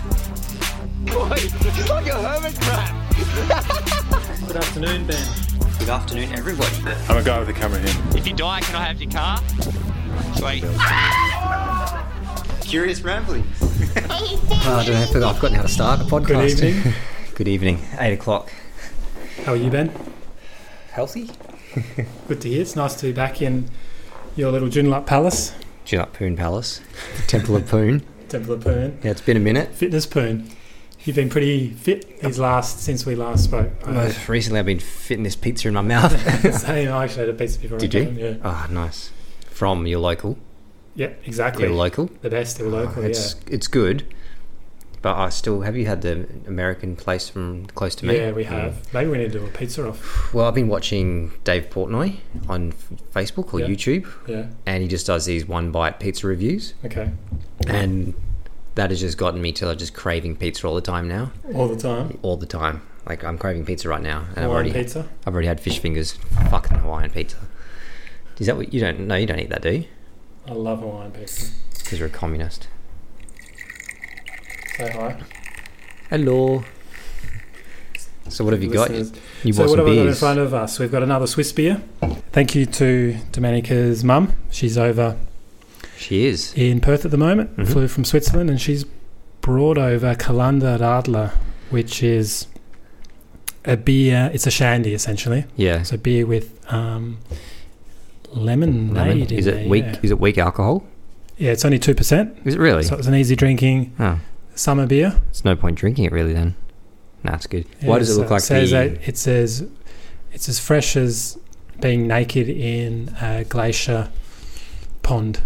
Boy, it's like a hermit crab. Good afternoon, Ben. Good afternoon, everybody. I'm a guy with a camera here. If you die, can I have your car? Sweet. Curious ramblings. I don't know. if I've forgotten how to start a podcast. Good evening. Good evening. Eight o'clock. How are you, Ben? Healthy. Good to hear. It's nice to be back in your little Junlup Palace, Junut Poon Palace, the Temple of Poon. Temple of Poon, Yeah, it's been a minute. Fitness Poon. You've been pretty fit these last since we last spoke. Uh, recently, I've been fitting this pizza in my mouth. Same. I actually had a piece before. I Did you? came, Yeah. Ah, nice. From your local, Yeah. Exactly. your local. Ah, the best. They were local. It's it's good, but I still have you had the American place from close to yeah. me. Yeah, we have. Maybe we need to do a pizza off. Well, I've been watching Dave Portnoy on F- Facebook or Yeah. YouTube, Yeah. and he just does these one bite pizza reviews, Okay. and that has just gotten me to just craving pizza all the time now. All the time. all the time. Like I'm craving pizza right now, and I've Hawaiian already pizza. I've already had fish fingers. Fucking Hawaiian pizza. Is that what you don't? No, you don't eat that, do you? I love Hawaiian pizza. Because you're a communist. Say hi. Hello. So what have you Listeners. got? You so bought what some have we got in beers. front of us? We've got another Swiss beer. Thank you to Domenica's mum. She's over She is. in Perth at the moment. Mhm. Flew from Switzerland, and she's brought over Kalanda Radler, which is a beer. It's a shandy essentially. Yeah. It's a beer with um, lemonade. Lemon. in Is there, it weak? Yeah. Is it weak alcohol? Yeah, it's only two percent, Is it really? so it's an easy drinking oh, summer beer. it's no point drinking it really then. Nah, it's good. Yeah, Why does it so look like says the? that it says it's as fresh as being naked in a glacier pond.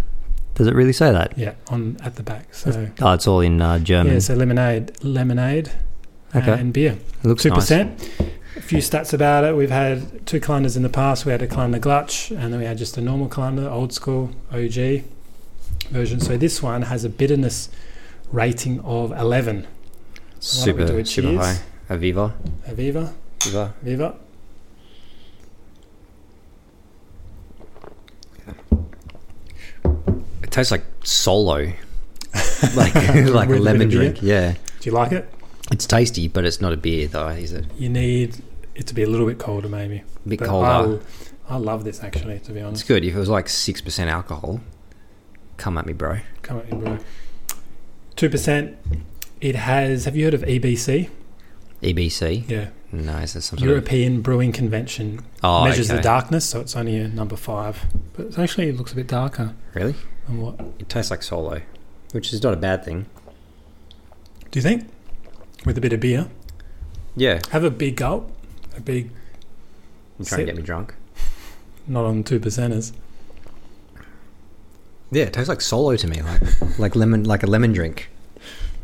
Does it really say that? Yeah, on at the back. So Oh, it's all in uh, German. yeah, so lemonade, lemonade, Okay. and beer. it looks Two nice. percent. A few stats about it. We've had two calendars in the past. We had a calendar glutch, and then we had just a normal calendar, old school OG version. So this one has a bitterness rating of 11. So why don't we do Super, a super cheers? high. Aviva. Aviva, Aviva. Viva. It tastes like solo, like like a With a lemon bit of drink. Yeah, Do you like it? it's tasty, but it's not a beer though, is it? You need it to be a little bit colder, maybe. A bit But colder. I'll- I love this actually, to be It's honest. good. If it was like six percent alcohol, come at me, bro. Come at me, bro. Two percent. It has. Have you heard of E EBC? EBC. Yeah, E No, is that some sort of European Brewing Convention oh, measures okay. the darkness, so it's only a number five. But it's actually it looks a bit darker Really? than what do It tastes like solo, which is not a bad thing. you think? With a bit of beer, Yeah, have a big gulp, a big I'm trying to Sip. get me drunk. not on two percenters. Yeah, it tastes like solo to me, like like lemon, like a lemon drink.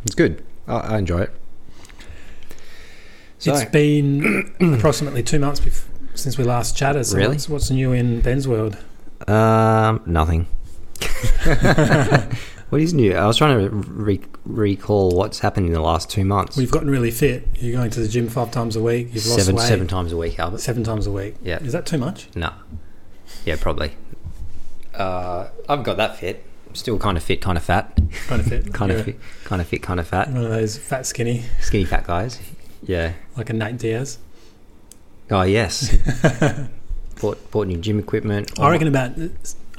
It's good. I, I enjoy it. So, it's been approximately two months bef- since we last chatted. So Really? What's, what's new in Ben's world? Um, nothing. what is new? I was trying to re- recall what's happened in the last two months. We've gotten really fit. You're going to the gym five times a week. You've lost seven weight seven times a week, Albert. Seven times a week. Yeah. Is that too much? No. Yeah, probably. Uh, I've got that fit. I'm still kind of fit, kind of fat, Kind of fit. kind You're of fit, kind of fit, kind of fat. One of those fat skinny, Skinny fat guys. Yeah. like a Nate Diaz. Oh yes. bought bought new gym equipment. I reckon about.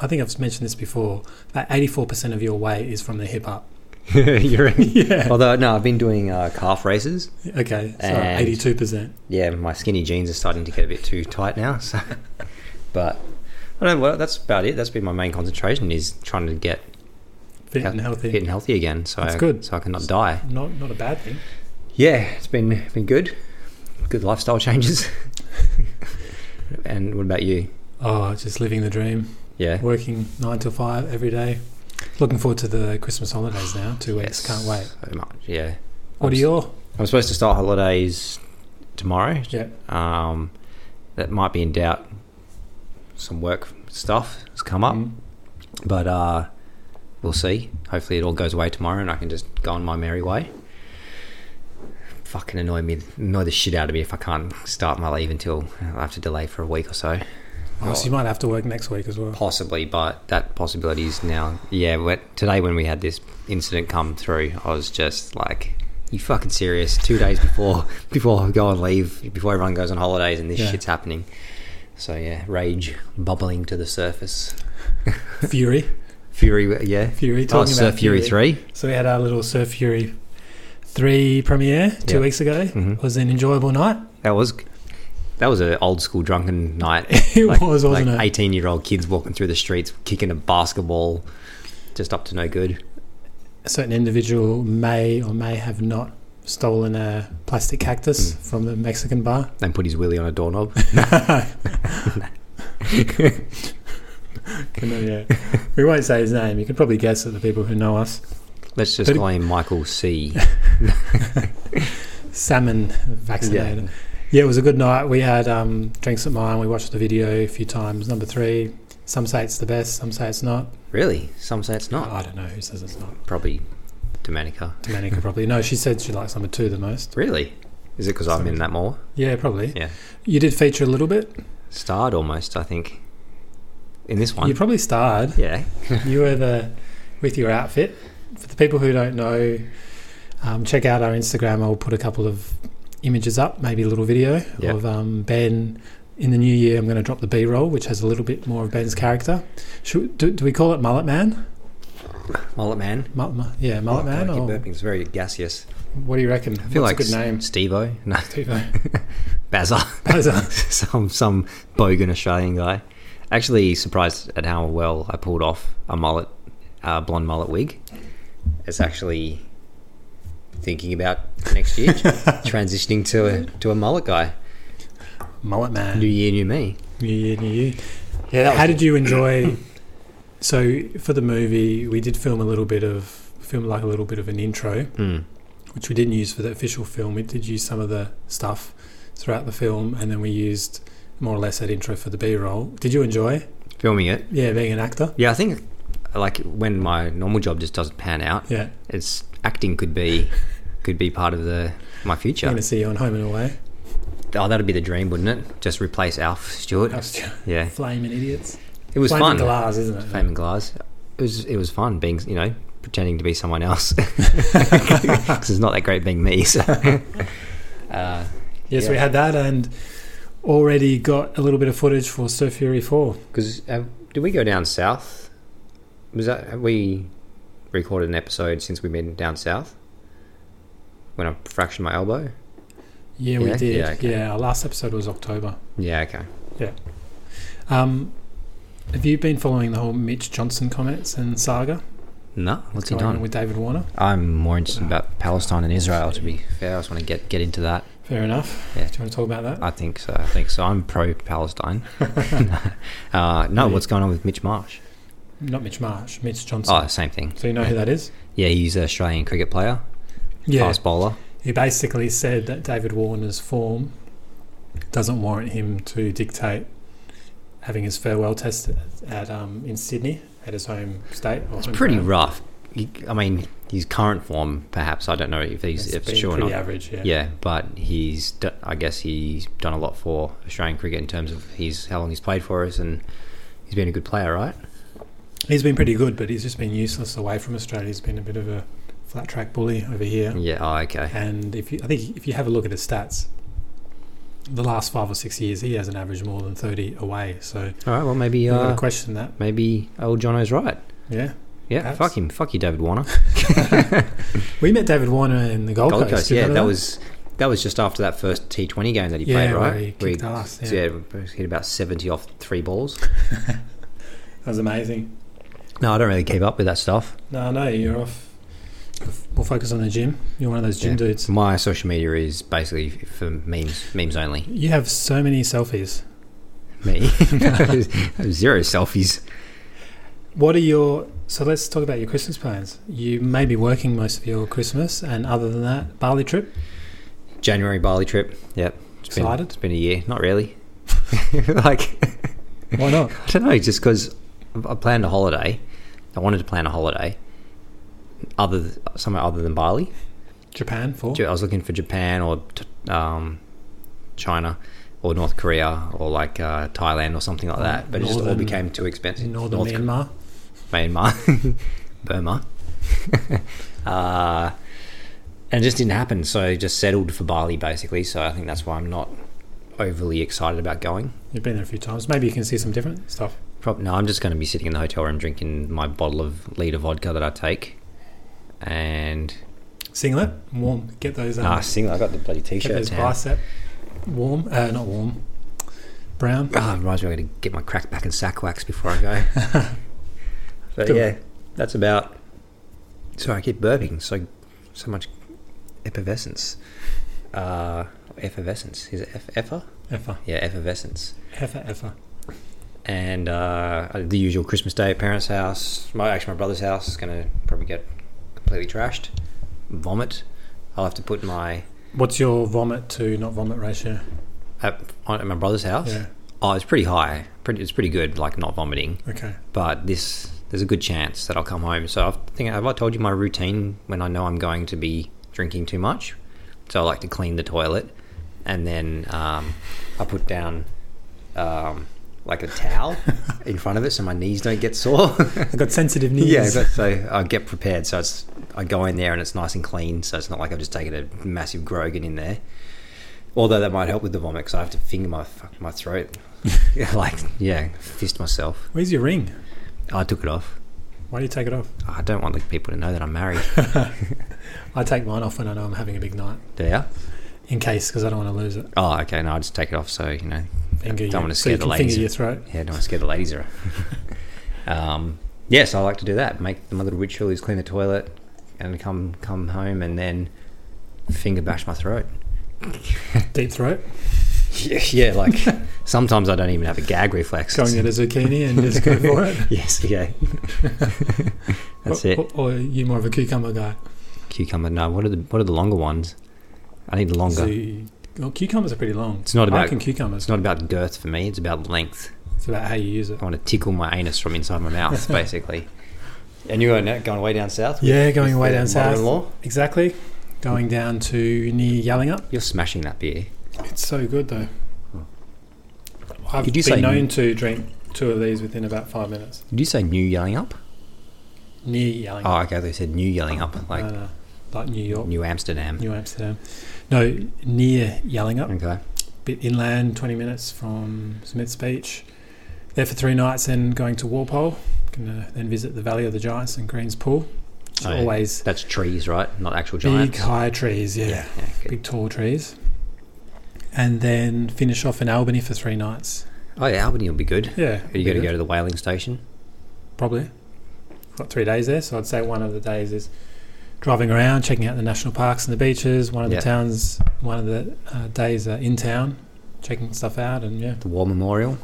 I think I've mentioned this before. That eighty-four percent of your weight is from the hip up. You're in. yeah. Although no, I've been doing uh, calf races. Okay. So And- eighty-two percent. yeah, my skinny jeans are starting to get a bit too tight now. So, but I don't know. Well, that's about it. That's been my main concentration is trying to get Fit and healthy. fit and healthy again. So That's good. So I can not die. Not not a bad thing. Yeah, it's been been good. Good lifestyle changes. and what about you? Oh, just living the dream. Yeah, Working nine till five every day. Looking forward to the Christmas holidays now. Two weeks. Yes, Can't wait. So much. Yeah, What are your? Mm. I'm supposed to start holidays tomorrow. Yeah. Um, that might be in doubt. Some work stuff has come up. Mm. But uh, we'll see. Hopefully, it all goes away tomorrow, and I can just go on my merry way. Fucking annoy me, annoy the shit out of me if I can't start my leave until I have to delay for a week or so. Oh, so you might have to work next week as well. Possibly, but that possibility is now. Yeah, but today when we had this incident come through, I was just like, "You fucking serious?" Two days before before I go and leave, before everyone goes on holidays, and this Yeah. shit's happening. So yeah, rage bubbling to the surface. Fury. Fury, yeah. Fury. Oh, Talking Surf about Fury three. So we had our little Surf Fury 3 premiere two Yeah. weeks ago. Mhm. It was an enjoyable night. That was that was an old school drunken night. It was, wasn't like it? Eighteen year old kids walking through the streets, kicking a basketball, just up to no good. A certain individual may or may have not stolen a plastic Mm. cactus from the Mexican bar. And put his willy on a doorknob. Can I- yeah. We won't say his name. You can probably guess at the people who know us. Let's just But- call him Michael C. Salmon vaccinated. Yeah. it was a good night. We had um, drinks at mine. We watched the video a few times. Number three. Some say it's the best. Some say it's not. Really? Some say it's not. I don't know who says it's not. Probably Domenica. Domenica probably. No, she said she likes number two the most. Really? Is it because I'm in that more? Yeah, probably. Yeah. You did feature a little bit. Starred almost, I think. In this one. You probably starred. yeah. you were the with your outfit. For the people who don't know, um, check out our Instagram. I'll put a couple of images up, maybe a little video Yeah. of um, Ben. In the new year, I'm going to drop the B-roll, which has a little bit more of Ben's character. Should, do, do we call it Mullet Man? Mullet Man. Mul- mu- yeah, Mullet Man. I keep Or burping. It's very gaseous. what do you reckon? I feel like What's a good name? Steve O. No, Steve-O. Bazza. Bazza. some some bogan Australian guy. Actually, surprised at how well I pulled off a mullet, uh, blonde mullet wig. It's actually thinking about next year transitioning to a to a mullet guy. mullet Man. New year, new me. New year, new you. Yeah. How did you enjoy? so for the movie, we did film a little bit of film like a little bit of an intro, Mm. which we didn't use for the official film. We did use some of the stuff throughout the film, and then we used more or less that intro for the B roll. Did you enjoy? Filming it. Yeah, being an actor. Yeah, I think like when my normal job just doesn't pan out, Yeah, it's acting could be could be part of the my future. I'm going to see you on Home and Away. Oh, that'd be the dream, wouldn't it? Just replace Alf Stewart. Yeah, Flaming idiots. it was fun. Flaming glass, isn't it? Fame and Glass. It was it was fun being you know pretending to be someone else because it's not that great being me. So. Uh, Yes, Yeah. we had that, and already got a little bit of footage for Surf Fury Four. Because uh, did we go down south? Was that have we recorded an episode since we've been down south? When I fractured my elbow. Yeah, we Yeah? did. Yeah, okay. yeah, our last episode was October. Yeah. Okay. Um, have you been following the whole Mitch Johnson comments and saga No. What's he going on done? with David Warner? I'm more interested about Palestine and Israel. To be fair, I just want to get get into that. Fair enough. Yeah. Do you want to talk about that? I think so. I think so. I'm pro Palestine. uh, no. What's going on with Mitch Marsh? Not Mitch Marsh, Mitch Johnson. Oh, same thing. so you know who that is? Yeah, he's an Australian cricket player, Yeah. fast bowler. He basically said that David Warner's form doesn't warrant him to dictate having his farewell test at um, in Sydney at his home state. Or It's home pretty ground. rough. He, I mean, his current form, perhaps I don't know if he's It's if been it's sure or pretty not. average. Yeah. Yeah, but he's d- I guess he's done a lot for Australian cricket in terms of he's how long he's played for us, and he's been a good player, right? He's been pretty good, but he's just been useless away from Australia. He's been a bit of a flat track bully over here. Yeah. oh, okay. And if you, I think if you have a look at his stats, the last five or six years he hasn't averaged more than thirty away. So All right. Well, maybe you've got uh, to question that. maybe old Jono's right. Yeah, Yeah. Perhaps. Fuck him. Fuck you, David Warner. we met David Warner in the Gold, Gold Coast. Coast. you Yeah, remember that was that was just after that first T20 game that he Yeah, played, where right? he Where kicked ass, yeah. yeah, hit about seventy off three balls. that was amazing. No, I don't really keep up with that stuff. No, no, you're off. We'll focus on the gym. You're one of those gym Yeah. dudes. My social media is basically for memes, memes only. You have so many selfies. Me, zero selfies. What are your? So let's talk about your Christmas plans. You may be working most of your Christmas, and other than that, Bali trip. January Bali trip. Yep, it's been, Excited? it's been a year. Not really. like Why not? I don't know, just because I planned a holiday. I wanted to plan a holiday, other th- somewhere other than Bali. Japan for J- I was looking for Japan or t- um, China, or North Korea or like uh, Thailand or something like that. But it just all Northern- became too expensive. in northern North- Myanmar. Myanmar, Burma. uh, and it just didn't happen. So I just settled for Bali basically. So I think that's why I'm not overly excited about going. You've been there a few times. Maybe you can see some different stuff. Prob- no, I'm just going to be sitting in the hotel room drinking my bottle of liter vodka that I take. And Singlet, warm. Get those. Um, ah, single. I got the bloody Get t-shirt. those now. bicep warm. Uh, not warm. Brown. Ah, reminds me, I got to get my crack back and sack wax before I go. but Do it. yeah, that's about. Sorry, I keep burping. So, so much effervescence. Uh, effervescence is it eff- effer? Effer. Yeah, effervescence. Heifer, effer. And uh, the usual Christmas Day at parents' house. My actually, my brother's house is going to probably get completely trashed. Vomit. I'll have to put my What's your vomit to not vomit ratio? at, on- at my brother's house. Yeah. Oh, it's pretty high. Pretty, it's pretty good. Like not vomiting. Okay. but this there's a good chance that I'll come home. So I think have I told you my routine when I know I'm going to be drinking too much? So I like to clean the toilet, and then um, I put down um, like a towel in front of it so my knees don't get sore. I got sensitive knees. yeah, but so I get prepared. So it's I go in there and it's nice and clean. So it's not like I've just taken a massive grogan in there. Although that might help with the vomit because I have to finger my fuck, my throat, Yeah, like yeah, fist myself. Where's your ring? I took it off. Why do you take it off? I don't want the people to know that I'm married. I take mine off when I know I'm having a big night, Do you? in case because I don't want to lose it. Oh, okay. No, I just take it off. So you know, Finger Don't your- wanna so scare you the can ladies. Finger your throat. yeah, don't want to scare the ladies around. um, yes, I like to do that. Make my little ritual is clean the toilet, and come come home, and then finger bash my throat. Deep throat. Yeah, yeah like sometimes I don't even have a gag reflex. Going at a zucchini and just go for it. yes, yeah. That's or, it. Or, or are you more of a cucumber guy? Cucumber. No, what are the what are the longer ones? I need the longer. Zu- well, cucumbers are pretty long. It's not I about- reckon cucumbers. It's not about girth for me. It's about length. It's about how you use it. I want to tickle my anus from inside my mouth, basically. and you're going, going way down south? Yeah, going way down south. Law? Exactly. Going down to near Yellingup. You're smashing that beer. It's so good though. I've Did you been say- known to drink two of these within about five minutes. Did you say new yelling up? Near Yellingup. Oh, okay. They said new yelling up, like No, no, like Uh, New York, New Amsterdam. New Amsterdam. No, near Yellingup, Okay. bit inland, 20 minutes from Smith's Beach. There for three nights, then going to Walpole. Gonna then visit the Valley of the Giants and Greens Pool. It's Oh, yeah. always That's trees, right? Not actual big giants. high trees, yeah. yeah. yeah, good. big tall trees. And then finish off in Albany for three nights. Oh, yeah. Albany will be good. Yeah. You got to go to the whaling station. Probably. Got three days there, so I'd say one of the days is driving around, checking out the national parks and the beaches. One of Yeah. the towns, one of the uh, days are in town, checking stuff out, and yeah, The War Memorial.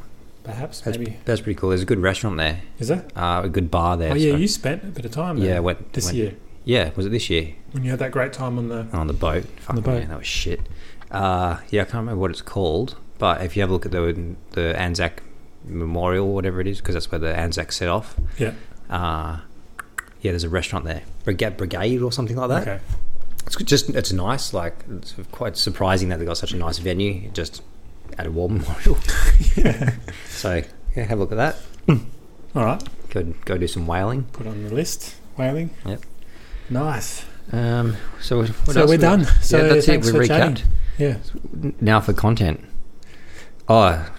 perhaps That's, maybe that's pretty cool. There's a good restaurant there, is that? uh, a good bar there. oh yeah, so- you spent a bit of time there yeah, went, this went- year Yeah, was it this year? when you had that great time on the. on the boat. Fuck the boat. Man, that was shit. Uh, yeah, I can't remember what it's called, but if you have a look at the the Anzac Memorial, whatever it is, because that's where the Anzac set off. Yeah. Uh, yeah, there's a restaurant there, Brigade, Brigade or something like that. Okay, It's just it's nice. Like it's quite surprising that they got such a nice venue just at a war memorial. So yeah, have a look at that. all right, Go go do some whaling. put on the list. Whaling. Yep. Nice. Um, so what so else we're we got? done. So yeah, that's it. thanks We for recapped. chatting. Yeah. now for content. Oh,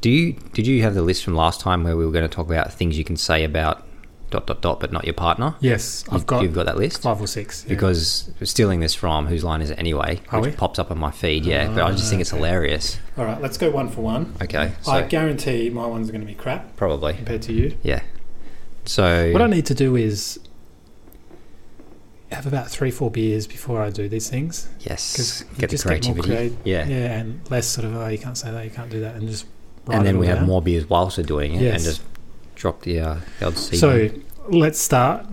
do you did you have the list from last time where we were going to talk about things you can say about dot dot dot, but not your partner? Yes, I've You- got you've got that list five or six. yeah. because we're stealing this from whose line is it anyway? Are which we? pops up on my feed, yeah. but I just think it's hilarious. all right, let's go one for one. Okay, so I guarantee my ones are going to be crap probably compared to you. yeah. So What I need to do is have about three, four beers before I do these things. yes, 'cause you get the just get more creativity, creat- yeah. Yeah, and less sort of oh, you can't say that, you can't do that, and just. write and it then all we have down. more beers whilst we're doing it, Yes. and just drop the uh, the odd seed. So let's start.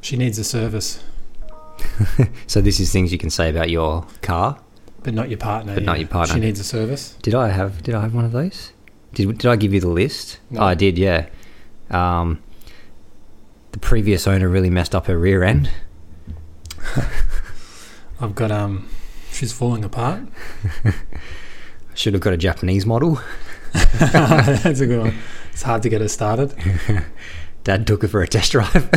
She needs a service, so this is things you can say about your car. but not your partner. But not yeah. your partner. She needs a service. Did I have Did I have one of those? Did Did I give you the list? No. Oh, I did. Yeah. Um, the previous owner really messed up her rear end. I've got um, she's falling apart. Should have got a Japanese model. That's a good one. It's hard to get us started. Dad took her for a test drive.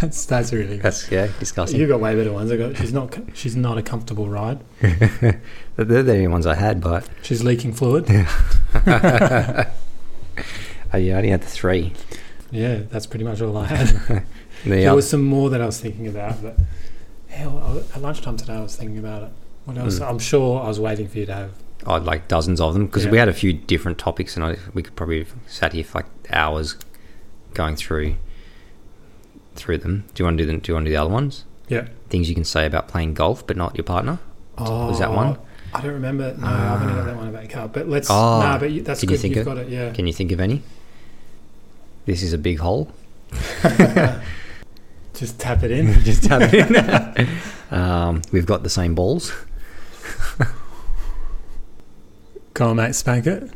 That's that's really good. That's yeah, disgusting. You got way better ones. I got she's not she's not a comfortable ride. But They're the only ones I had, but She's leaking fluid. I, yeah, I only had the three. Yeah, that's pretty much all I had. The There oth- was some more that I was thinking about, but hell, I- at lunchtime today I was thinking about it. What Hmm. else? I'm sure I was waiting for you to have. I had like dozens of them because we Yeah. had a few different topics, and I, we could probably have sat here for like hours going through through them. Do you want to do the, Do you want to do the other ones? Yeah. Things you can say about playing golf, but not your partner. Oh, that one? I don't remember. No, I haven't got that one about car. But let's. Oh, nah, but you, that's did good. you You think have of- got it. Yeah. Can you think of any? This is a big hole. Just tap it in. Just tap it in. um, we've got the same balls. Go on, mate. Spank it.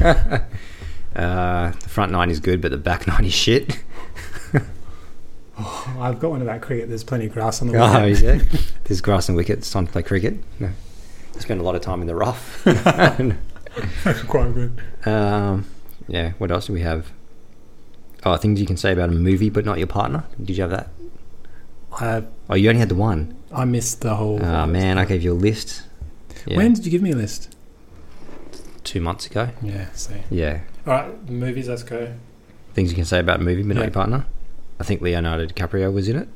Uh, the front nine is good, but the back nine is shit. Oh, I've got one about cricket. There's plenty of grass on the Oh, wicket. yeah. There's grass and wickets. It's time to play cricket. No. I spend a lot of time in the rough. That's quite good. um, yeah, what else do we have? Oh, things you can say about a movie but not your partner. Did you have that? I Oh, you only had the one. I missed the whole. Oh, man, I gave you a list. Yeah, When did you give me a list? Two months ago. Yeah. See. Yeah. All right. Movies. Let's go. Things you can say about a movie but not Yeah. your partner. I think Leonardo DiCaprio was in it.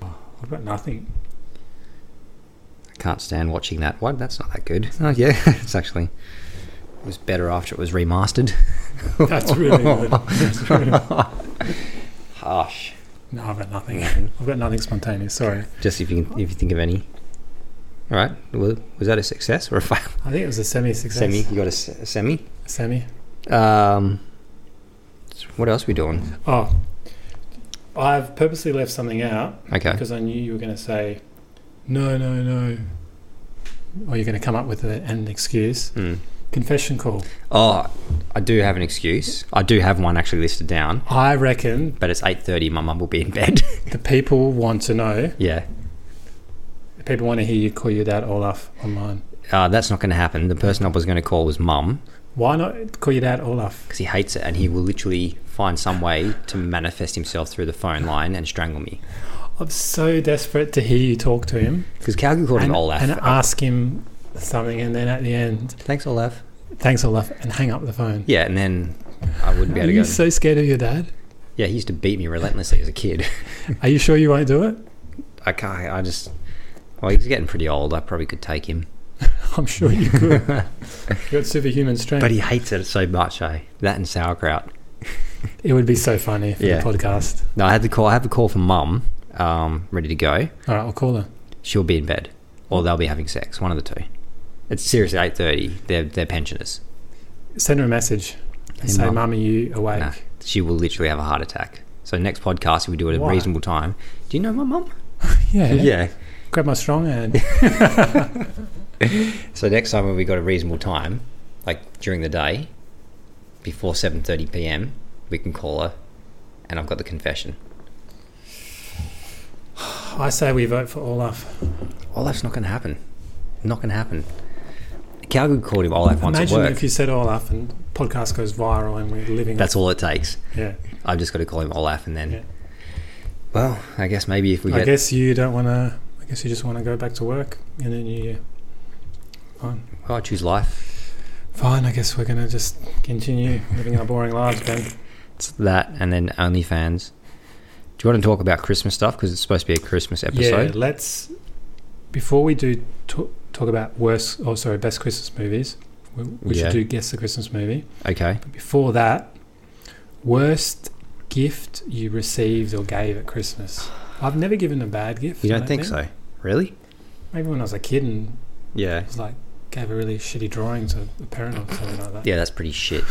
What about nothing? Can't stand watching that. What? That's not that good. Oh, yeah, it's actually. It was better after it was remastered. That's really good. That's really good. Harsh. No, I've got nothing. I've got nothing spontaneous. Sorry. Just if you can, if you think of any. All right. Well, was that a success or a fail? I think it was a semi-success. Semi. You got a, s- a semi. Semi. Um, what else we doing? Oh, I've purposely left something out Okay. because I knew you were going to say, no, no, no. Or you're going to come up with a, an excuse. Hmm. Confession call. Oh, I do have an excuse. I do have one actually listed down, I reckon but it's eight thirty. My mum will be in bed. the people want to know. yeah. The people want to hear you call you dad Olaf online. Uh, that's not going to happen. The person I was going to call was mum Why not call your dad Olaf? because he hates it and he will literally find some way to manifest himself through the phone line and strangle me. I'm so desperate to hear you talk to him Because Calgary called and, him Olaf. and ask him something, and then at the end, Thanks, Olaf. thanks Olaf, and hang up the phone. Yeah, and then I wouldn't be Are able to you go. so scared of your dad? Yeah, he used to beat me relentlessly as a kid. Are you sure you won't do it? I can't. I just. Well, he's getting pretty old. I probably could take him, I'm sure you could. You've got superhuman strength. but he hates it so much. Eh? That and sauerkraut. It would be so funny for Yeah. the podcast. No, I had the call. I have a call from mum. Um, ready to go. All right, I'll call her. She'll be in bed, or they'll be having sex. One of the two. It's seriously eight thirty. They're they're pensioners. Send her a message and Hey, say, Mum. Mum, are you awake? Nah, she will literally have a heart attack. So next podcast, if we do it at a Why? reasonable time. Do you know my mum? Yeah, yeah. Grab my strong hand. So next time when we got a reasonable time, like during the day, before seven thirty PM, we can call her, and I've got the confession. I say we vote for Olaf. Olaf's not going to happen. Not going to happen. Calgary called him Olaf once Imagine at work. if you said Olaf and podcast goes viral and we're living. That's all it takes. yeah. I've just got to call him Olaf, and then. Yeah. Well, I guess maybe if we I get guess you don't want to. I guess you just want to go back to work in the new year. well, Oh, I choose life. Fine. I guess we're gonna just continue living our boring lives, Ben. It's that, and then OnlyFans. Do you want to talk about Christmas stuff because it's supposed to be a Christmas Yeah. episode? Let's before we do talk, talk about worst or sorry best Christmas movies. We, we Yeah. should do guess the Christmas movie. Okay. But before that, worst gift you received or gave at Christmas. I've never given a bad gift. You I don't think so? Really? Maybe when I was a kid and Yeah. was like gave a really shitty drawing to a parent or something like that. Yeah, that's pretty shit.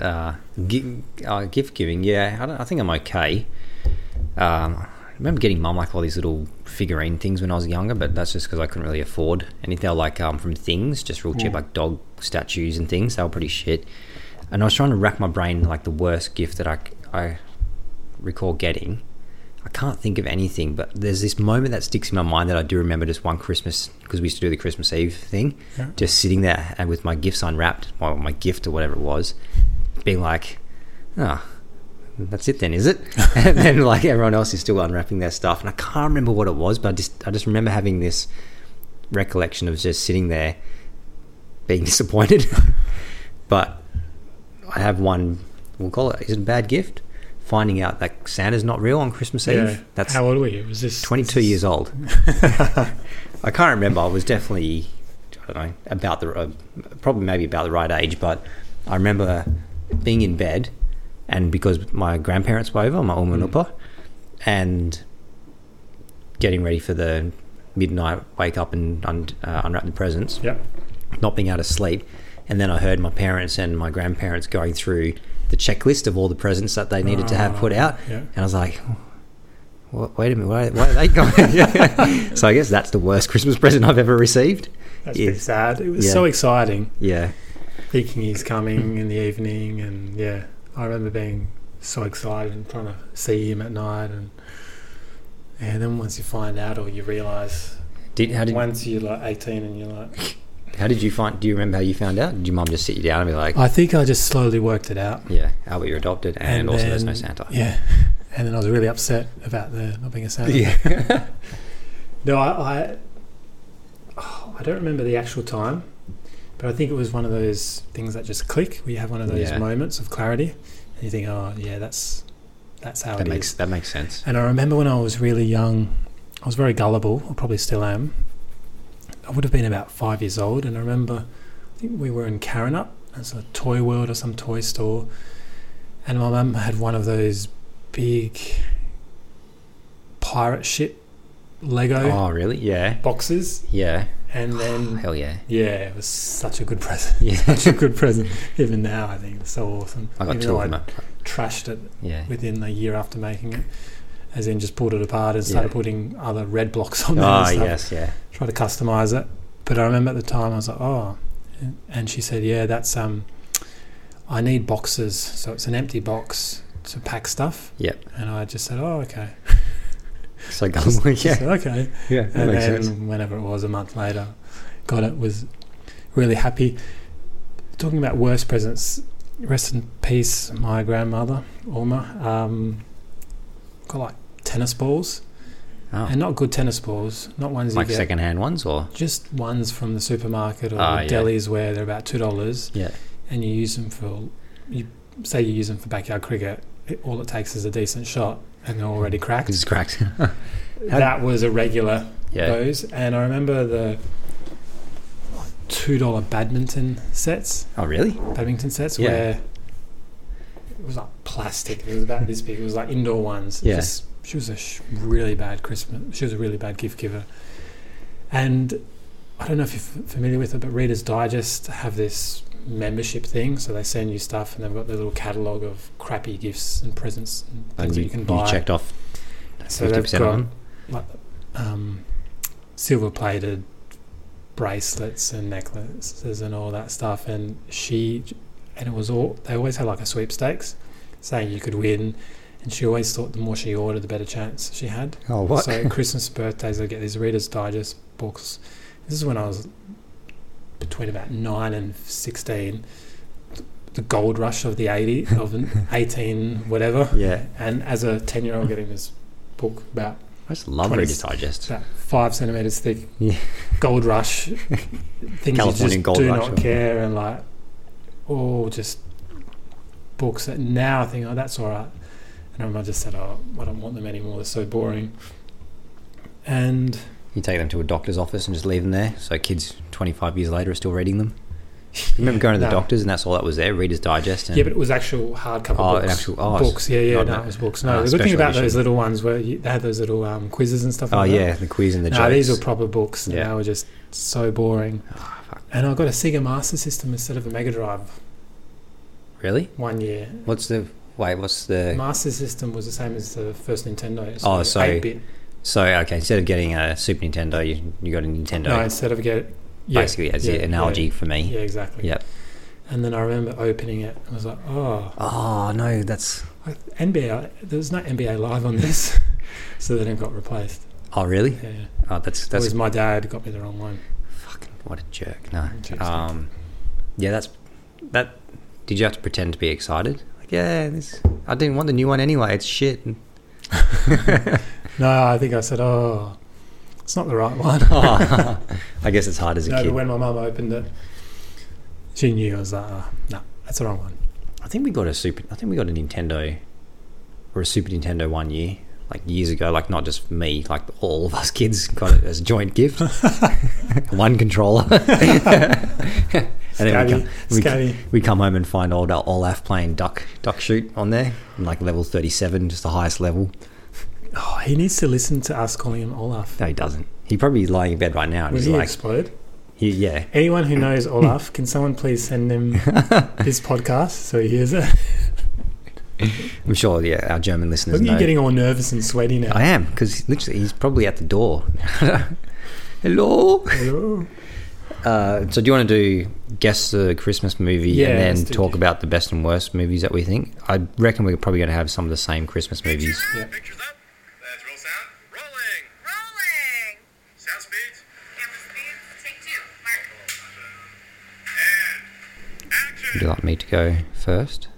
Uh, gi- uh, gift giving, yeah, I, don't, I think I'm okay. Um, I remember getting mum like all these little figurine things when I was younger, but that's just because I couldn't really afford anything. They were like um, from things, just real cheap, Mm. like dog statues and things. They were pretty shit. And I was trying to rack my brain like the worst gift that I, c- I recall getting. I can't think of anything, but there's this moment that sticks in my mind that I do remember just one Christmas because we used to do the Christmas Eve thing, Yeah. just sitting there and with my gifts unwrapped, my, my gift or whatever it was, being like, ah, that's it then, is it? and then like everyone else is still unwrapping their stuff, and I can't remember what it was, but I just I just remember having this recollection of just sitting there being disappointed. but I have one. We'll call it. Is it a bad gift? Finding out that Santa's not real on Christmas Yeah. Eve. That's How old were you? Was this 22 years old. I can't remember. I was definitely, I don't know, about the, uh, probably maybe about the right age, but I remember being in bed and because my grandparents were over, my Oma and Upa, and getting ready for the midnight wake up and un- uh, unwrap the presents Yep. not being able to sleep. And then I heard my parents and my grandparents going through the checklist of all the presents that they needed to have put out. Yeah. And I was like, "Wha- wait a minute, why, why are they going? so I guess that's the worst Christmas present I've ever received. That's Yeah. pretty sad. It was Yeah. so exciting Yeah. thinking he's coming in the evening, and yeah, I remember being so excited and trying to see him at night, and yeah, then once you find out or you realise, Did, how, did, once you're like 18 and you're like, how did you find, do you remember how you found out? Did your mum just sit you down and be like, I think I just slowly worked it out. yeah, Albert, you're adopted and, also there's no then- Santa. Yeah, and then I was really upset about the not being a Santa. No, I, I, oh, I don't remember the actual time, but I think it was one of those things that just click. We have one of those Yeah. moments of clarity, and you think, oh yeah, that's that's how that it makes, is. that makes sense. And I remember when I was really young, I was very gullible. I probably still am. I would have been about five years old, and I remember I think we were in Karanup, it's a toy world or some toy store, and my mum had one of those big pirate ship Lego Oh, really? Yeah. boxes Yeah. and then Hell yeah. yeah, it was such a good present. Yeah. Such a good present. Even now, I think it's so awesome. I got Even two though of them. eh? trashed it Yeah. within a year after making it, as in just pulled it apart and started Yeah. putting other red blocks on there. and Ah, stuff. yes, yeah. Try to customize it. But I remember at the time I was like, oh, and- and she said, yeah, that's um, I need boxes, so it's an empty box to pack stuff. Yep. And I just said, oh, okay. So gullible. She Yeah. said, okay. Yeah. That and makes then sense. whenever it was a month later got it was really happy talking about worst presents rest in peace my grandmother Alma um, got like tennis balls Oh. and not good tennis balls not ones like you get secondhand ones or just ones from the supermarket or Ah, the yeah. delis where they're about two dollars yeah and you use them for you say you use them for backyard cricket it, all it takes is a decent shot and they're Hmm. already cracked it's cracked that was a regular yeah those. And I remember the two dollar badminton sets, oh really badminton sets, Yeah. where it was like plastic. It was about this big. It was like indoor ones. Yeah. Just- she was a sh- really bad Christmas. She was a really bad gift giver. And I don't know if you're f- familiar with it, but Reader's Digest have this membership thing, so they send you stuff, and they've got their little catalogue of crappy gifts and presents and things and that you, you can you buy. checked off So 50 they've percent got- on like um, silver plated bracelets and necklaces and all that stuff and she and it was all they always had like a sweepstakes saying you could win and she always thought the more she ordered the better chance she had oh so at christmas birthdays i get these readers digest books this is when i was between about 9 and 16 the gold rush of the 80 of 18 whatever yeah and as a 10 year old getting this book about I just love 20 Reader's Digest about five centimeters thick Yeah. gold rush things you Californian just gold do rush, not or- care and like all just books that now I think oh that's all right and I remember I just said oh I don't want them anymore they're so boring and you take them to a doctor's office and just leave them there so kids 25 years later are still reading them remember going to the No. doctors and that's all that was there Reader's Digest and yeah but it was actual hardcover Oh, an books actual- oh, books yeah yeah not no an- it was books ah, no the good thing special about those edition. little ones where you, they had those little um, quizzes and stuff oh like that. yeah the quiz and the no, jokes these were proper books, and Yeah. Ah, they were just so boring. and I got a Sega Master System instead of a Mega Drive really one year. what's the wait what's the Master System was the same as the first Nintendo. Oh, so 8-bit. so okay instead of getting a Super Nintendo you, you got a Nintendo No, instead of get yeah, basically as yeah, the analogy yeah. for me yeah, exactly. Yep. And then I remember opening it. and I was like, oh, oh no that's I- NBA. There's no NBA Live on this. so they don't got replaced. Oh, really? Yeah, yeah. Oh, that's that's Whereas my dad got me the wrong one. fucking what a jerk. No. Jerks. Um, yeah, that's that. Did you have to pretend to be excited? Like, yeah, this. I didn't want the new one anyway. It's shit. No, I think I said, oh, it's not the right one. Oh, I guess it's hard as a no, kid. but when my mum opened it, she knew I was like, oh, no, that's the wrong one. I think we got a super. I think we got a Nintendo or a Super Nintendo one year, like years ago. Like not just me, like all of us kids got it as a joint gift. one controller. and then we Scabby, come, we, scabby. we come home and find old Olaf playing duck duck shoot on there, and like level thirty seven, just the highest level. Oh, he needs to listen to us calling him Olaf. No, he doesn't. He probably is lying in bed right now, and Will he's he like, explode? he, yeah. Anyone who knows Olaf, can someone please send him this podcast so he hears it? I'm sure, yeah. Our German Look listeners at you know. getting all nervous and sweaty now. I am because literally he's probably at the door. Hello. Hello. Uh, so do you want to do guess the Christmas movie Yeah, and let's then do talk that. about the best and worst movies that we think? I reckon we're probably going to have some of the same Christmas movies. Yeah. Pictures up. That's roll sound. Rolling. Rolling. Sound speeds. Camera speed, take two. Mark. And Would action. you like me to go first?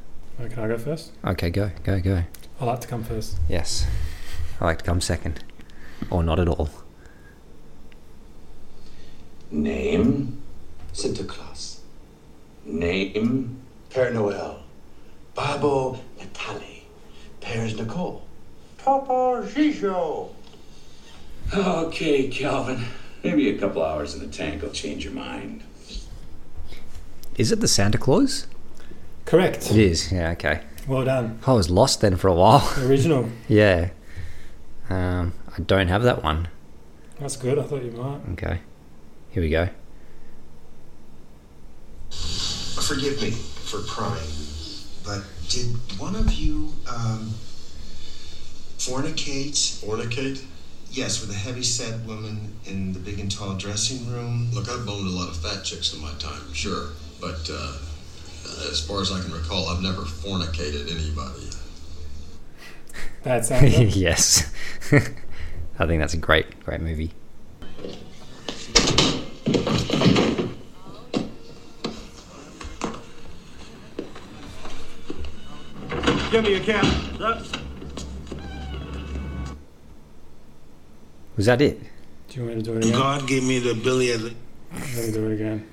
Oh, can I go first? Okay, go, go, go. I like to come first. Yes, I like to come second, or not at all. Name Santa Claus. Name Père Noël. Babo Natale. Père's Nicole. Papa Gijo. Okay, Calvin. Maybe a couple hours in the tank will change your mind. Is it the Santa Claus? Correct. It is. Yeah. Okay. Well done. I was lost then for a while. Original. yeah. Um, I don't have that one. That's good. I thought you might. Okay. Here we go. Forgive me for prying, but did one of you um, fornicate? Fornicate? Yes, with a heavy set woman in the big and tall dressing room. Look, I've boned a lot of fat chicks in my time, sure, but uh, as far as I can recall, I've never fornicated anybody. That's it. yes. I think that's a great, great movie. Give me a count. Was that it? Do you want me to do it again? God gave me the Billy as a Let me do it again.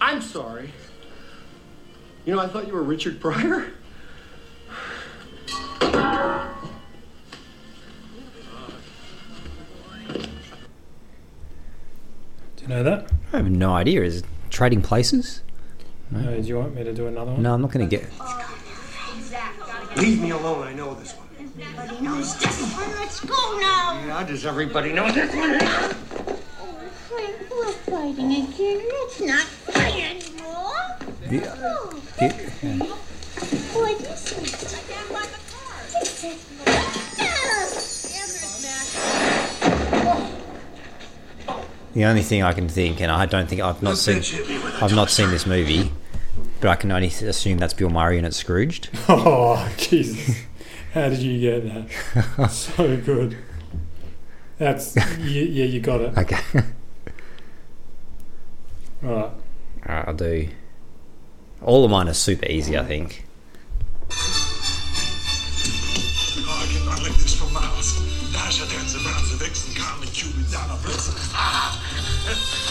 I'm sorry. You know, I thought you were Richard Pryor. Do you know that? I have no idea. Is it Trading Places? No, do you want me to do another one? No, I'm not going to get. Leave me alone. I know this one. Everybody knows this one. Let's go now. How does everybody know this one? Oh, Frank, we're fighting again. Let's not fight anymore. Oh, boy, this is. This is- The only thing I can think, and I don't think I've not seen, I've not seen this movie, but I can only assume that's Bill Murray and it's Scrooged. Oh, Jesus. How did you get that? so good. That's, you, yeah, you got it. Okay. All All right. right, I'll do. All of mine are super easy, I think. Morgen allerdings vom Mars. Dasha Dance Bronze Wechseln kamen Cubitaner Blitze.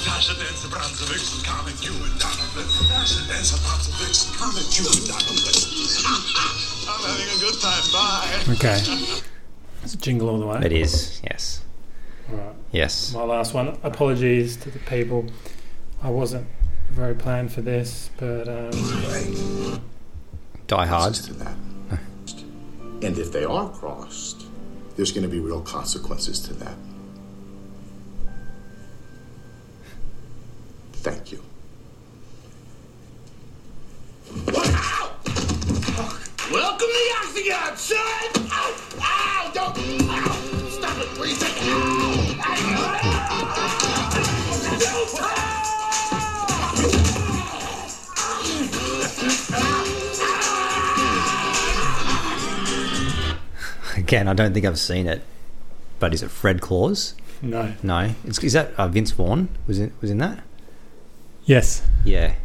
Dasha Dance Bronze Wechseln kamen Cubitaner Blitze. Dasha Dance Bronze Wechseln kamen Cubitaner Blitze. I'm having a good time. Bye. Okay. It's a jingle all the way. It is, yes, All right. yes. My last one. Apologies to the people. I wasn't very planned for this, but um, Die Hard. And if they are crossed, there's going to be real consequences to that. Thank you. Wow. Welcome to the Octagon, son. Ow, ow, don't. Ow. Stop it. Where you take Ow. Ow. Ow. Ow. Again, I don't think I've seen it, but is it Fred Claus? No. No, it's, is that uh, Vince Vaughn? Was in was in that? Yes. Yeah.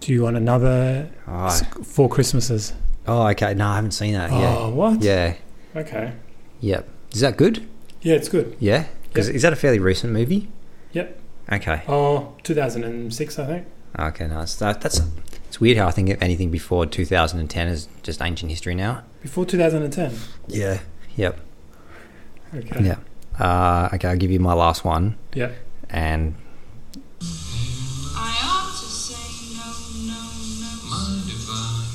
Do you want another Oh. s- Four Christmases? Oh, okay. No, I haven't seen that. Yeah. Oh, what? Yeah. Okay. Yep. Is that good? Yeah, it's good. Yeah. 'Cause Yep. is that a fairly recent movie? Yep. Okay. Oh, 2006, I think. Okay. Nice. That, that's it's weird how I think of anything before 2010 is just ancient history now. Before 2010. Yeah. Yep. Okay. Yeah. Uh, okay. I'll give you my last one, Yeah. and I ought to say no, no, no. Mind if I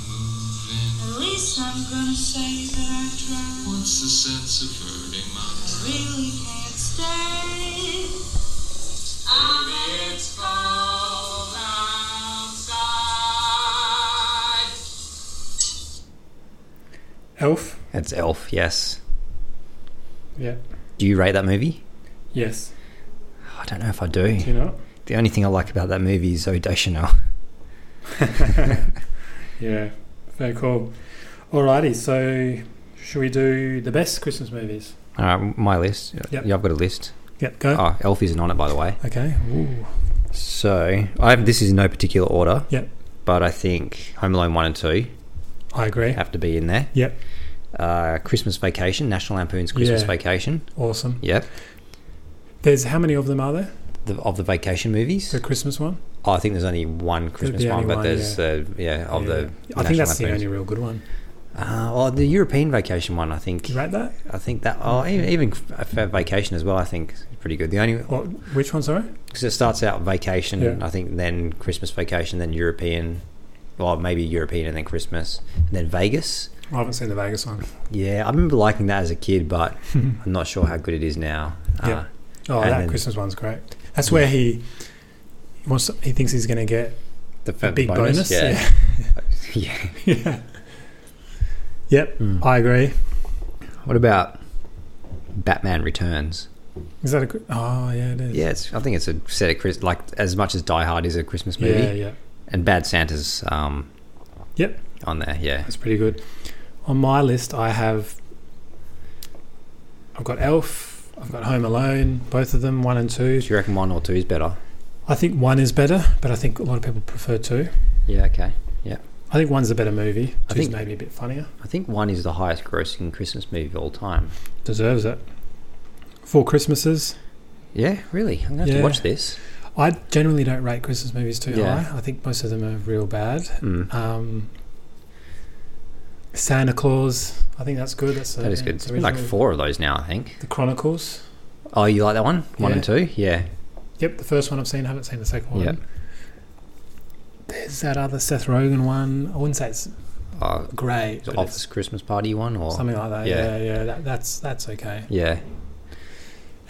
move in? At least I'm gonna say that I tried. What's the sense of hurting my Really can't stay. I'm at its cold outside. Elf. it's Elf. Yes. Yeah. Do you rate that movie? Yes. I don't know if I do. Do you know? The only thing I like about that movie is Zoe Deschanel. Yeah. Very cool. Alrighty. So, should we do the best Christmas movies? All right, my list. Yep. Yeah, I've got a list. Yep. Go. Oh, Elf isn't on it, by the way. Okay. Ooh. So I have, this is in no particular order. Yep. But I think Home Alone one and two I agree. have to be in there. Yep. Uh, Christmas Vacation, National Lampoon's Christmas Yeah. Vacation. Awesome. Yep. There's how many of them are there? The, of the vacation movies, The Christmas one. oh, I think there's only one Christmas the one, only but one, there's uh, yeah of Yeah. the. I think National that's the Lampoon's. only real good one. Uh, well, the European Vacation one, I think. You rate that? I think that. Oh, even, even for Vacation as well, I think is pretty good. The only What? Which one? Sorry. because it starts out Vacation, Yeah. I think, then Christmas Vacation, then European, well maybe European and then Christmas, and then Vegas. I haven't seen the Vegas one. Yeah, I remember liking that as a kid, but I'm not sure how good it is now. Hmm. Yeah. Uh, Oh, And that then- Christmas one's great. That's where he he wants. He thinks he's going to get the a fa- big bonus. yeah. yeah. Yeah. Yeah. Yep, Hmm. I agree. What about Batman Returns? Is that a? cri- Oh yeah, it is. Yeah, it's, I think it's a set of Chris like as much as Die Hard is a Christmas movie, yeah, yeah. and Bad Santa's um, Yep. on there. Yeah, That's pretty good. On my list, I have. I've got Elf. I've got Home Alone. Both of them, one and two. do you reckon one or two is better? I think one is better, but I think a lot of people prefer two. Yeah, okay. I think one's a better movie. I Two's think- maybe a bit funnier. I think one is the highest grossing Christmas movie of all time. Deserves it. Four Christmases. Yeah, really. I'm gonna have Yeah. to watch this. I generally don't rate Christmas movies too Yeah. high. I think most of them are real bad. Mm. Um, Santa Claus. I think that's good. That's a, That is good. it's It's been like original. four of those now, I think. The Chronicles. Oh, you like that one? One Yeah. and two? Yeah. Yep, the first one I've seen. Haven't seen the second one. Yep. There's that other Seth Rogen one. I wouldn't say it's Uh, great, the but office Christmas party one or it's something like that. Yeah. Yeah, yeah. that, that's that's okay. Yeah,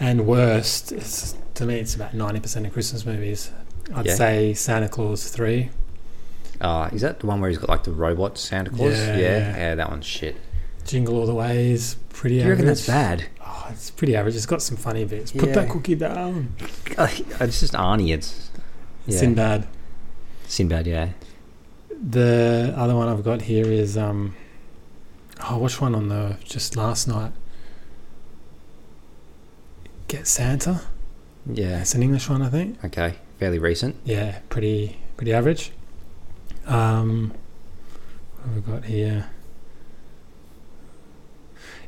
And worst, it's, to me, it's about ninety percent of Christmas movies. I'd Yeah. say Santa Claus three. uh, is that the one where he's got like the robot Santa Claus? Yeah, yeah, yeah. Yeah, that one's shit. Jingle All the Way is pretty Do you average. reckon that's bad? Oh, it's pretty average. It's got some funny bits. Put that Yeah. cookie down. Uh, it's just Arnie. It's yeah. Sinbad. Sinbad. Yeah, The other one I've got here is um, oh, which one on the just last night? Get Santa. yeah. That's an English one, I think. Okay, fairly recent. Yeah, pretty pretty average. Um, what have we got here?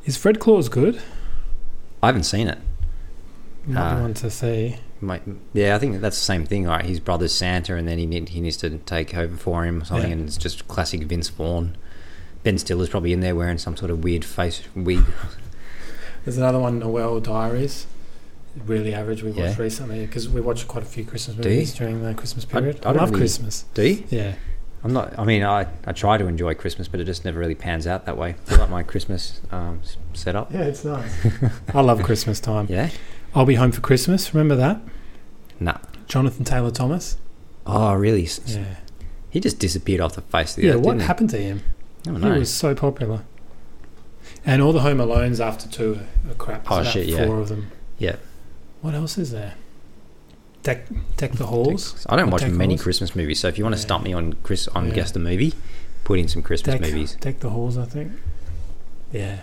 Is Fred Claus good? I haven't seen it. Might be Ah. one to see. Might, yeah, I think that's the same thing. Right, his brother's Santa, and then he need, he needs to take over for him or something, Yeah. and it's just classic Vince Vaughn. Ben Stiller's probably in there wearing some sort of weird face wig. There's another one, Noel Diaries. Really average. We watched Yeah. recently because we watched quite a few Christmas Do you? movies during the Christmas I period. I, don't love really- Christmas. Do you? Yeah, I'm not. I mean, I, I try to enjoy Christmas, but it just never really pans out that way. I like my Christmas um, s- setup. yeah, it's nice. I love Christmas time. Yeah. I'll be home for Christmas. Remember that, Nah. Jonathan Taylor Thomas. Oh, really? S- s- Yeah, He just disappeared off the face of the yeah. earth. what didn't happened to him? He? I don't He know. was so popular. And all the Home Alones after two are crap. There's Oh, about shit, Four yeah. of them. Yeah. What else is there? Deck, deck the halls. I don't Or watch deck many halls? Christmas movies, so if you want to stump me on Chris on Yeah. guess the movie, put in some Christmas deck, movies. Deck the halls, I think. Yeah.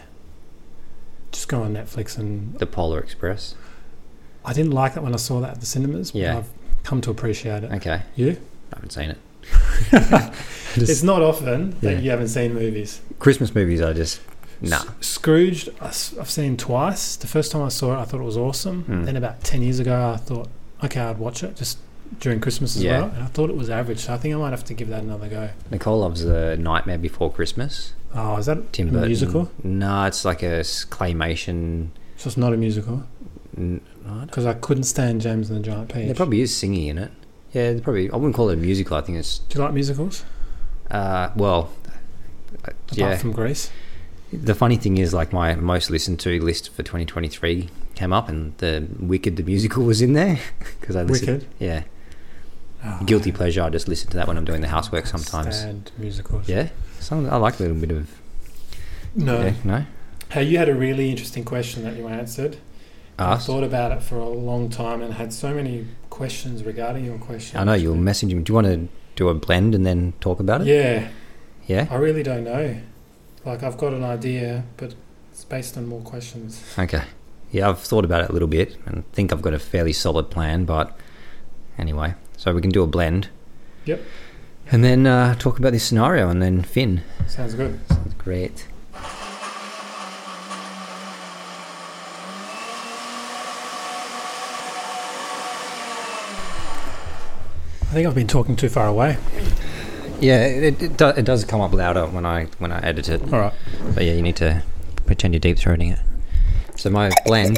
Just go on Netflix and The Polar Express. I didn't like it when I saw that at the cinemas, but Yeah. I've come to appreciate it. Okay, You? I haven't seen it. Just- It's not often Yeah. that you haven't seen movies. Christmas movies, I just nah. S- Scrooged, I s- I've seen twice. The first time I saw it, I thought it was awesome. Hmm. Then about 10 years ago, I thought, okay, I'd watch it just during Christmas as Yeah. well. And I thought it was average, so I think I might have to give that another go. Nicole loves the Nightmare Before Christmas. Oh, is that Tim a Burton musical? No, it's like a s- claymation. So it's not a musical? n- I don't- Because I couldn't stand James and the Giant Peach. There probably is singing in it. Yeah, there probably. I wouldn't call it a musical. I think it's Do you like musicals? uh, well, uh, Apart yeah. from Greece? The funny thing is, like my most listened to list for 2023 came up, and the Wicked the musical was in there because I listened. Wicked? Yeah, Oh, guilty pleasure. I just listen to that when I'm doing the housework I can't sometimes. stand musicals. Yeah, some, I like a little bit of. No. Yeah, no. Hey, you had a really interesting question that you answered. I Ask. thought about it for a long time and had so many questions regarding your question. I know you'll message him. Do you want to do a blend and then talk about it? Yeah, Yeah. I really don't know. Like, I've got an idea, but it's based on more questions. Okay. Yeah, I've thought about it a little bit and think I've got a fairly solid plan, but anyway, so we can do a blend. Yep. And then uh, talk about this scenario and then Finn. Sounds good. Sounds great. I think I've been talking too far away. Yeah, it, it, do, it does come up louder when I when I edit it. All right. But yeah, you need to pretend you're deep throating it. So my blend,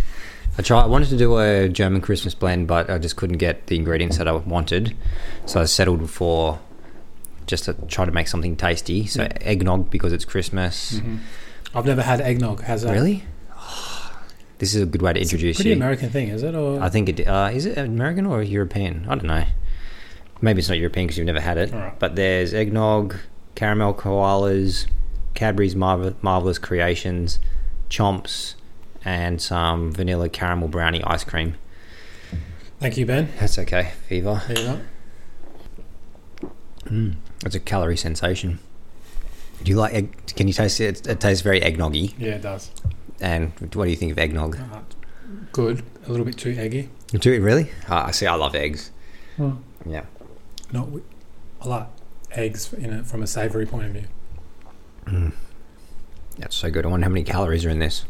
I try. I wanted to do a German Christmas blend, but I just couldn't get the ingredients that I wanted. So I settled for just to try to make something tasty. So Mm. eggnog because it's Christmas. Mm-hmm. I've never had eggnog. Has that? Really? Ah, This is a good way to It's a introduce pretty you. American thing, is it? Or I think it uh, is it American or European? I don't know. Maybe it's not European because you've never had it. Alright. But there's eggnog, caramel koalas, Cadbury's Marvel- marvelous creations, chomps, and some vanilla caramel brownie ice cream. thank you, Ben. That's okay, fever. There you go. It's a calorie sensation. Do you like egg? Can you taste it? It tastes very eggnoggy. Yeah, it does. And what do you think of eggnog? Alright. Good. A little bit too eggy. Do you really? Ah, I see. I love eggs. Hmm. Yeah. Not. wi- I like eggs in it from a savoury point of view. That's so good. I wonder how many calories are in this.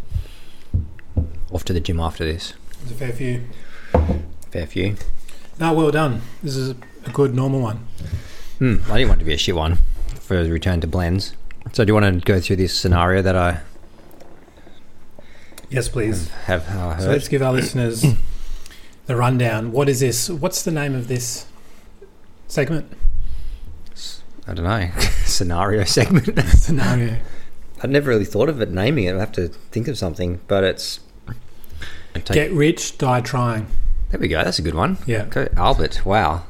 Off to the gym after this. There's a fair few. Fair few. No, well done. This is a good normal one. Hmm, I didn't want it to be a shit one for the return to blends. So do you want to go through this scenario that I Yes, please. have uh, So let's heard? give our listeners the rundown. What is this? What's the name of this segment? I don't know. scenario segment. Scenario. I'd never really thought of it naming it. I'll have to think of something. But it's... Take- Get rich, die trying. there we go. That's a good one. Yeah. Go, Albert. Wow.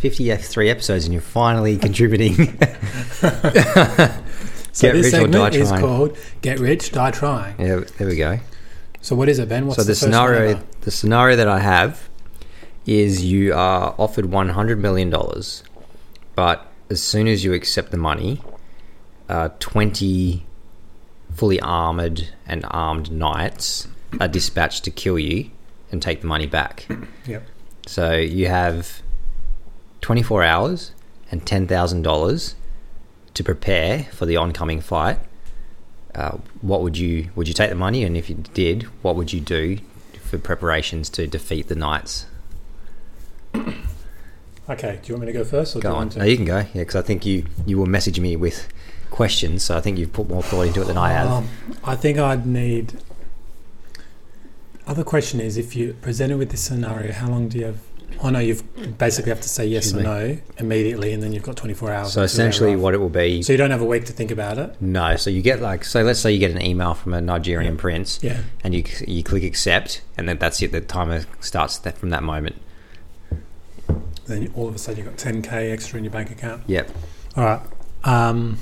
53 episodes and you're finally contributing. So Get this rich or segment die is trying. called Get Rich, Die Trying. yeah, there we go. So what is it, Ben? What's so the, the, first scenario one about? the scenario that I have is you are offered one hundred million dollars, but as soon as you accept the money, uh, twenty fully armored and armed knights are dispatched to kill you and take the money back. Yep. So you have twenty four hours and ten thousand dollars to prepare for the oncoming fight. Uh, what would you would you take the money, and if you did, what would you do for preparations to defeat the knights? Okay, do you want me to go first? Or do Go you on. want No, you can go. Yeah, because I think you you will message me with questions, so I think you've put more thought into it than I have. Um, I think I'd need. Other question is if you're presented with this scenario, how long do you have? I know you've basically have to say yes or Excuse no immediately, and then you've got 24 hours. so to essentially, arrive. what it will be. Oh, So you don't have a week to think about it. no, so you get like so. Let's say you get an email from a Nigerian prince, Yeah. and you you click accept, and then that's it. The timer starts that from that moment. Then you- all of a sudden you've got 10k extra in your bank account. Yep. All right. Um,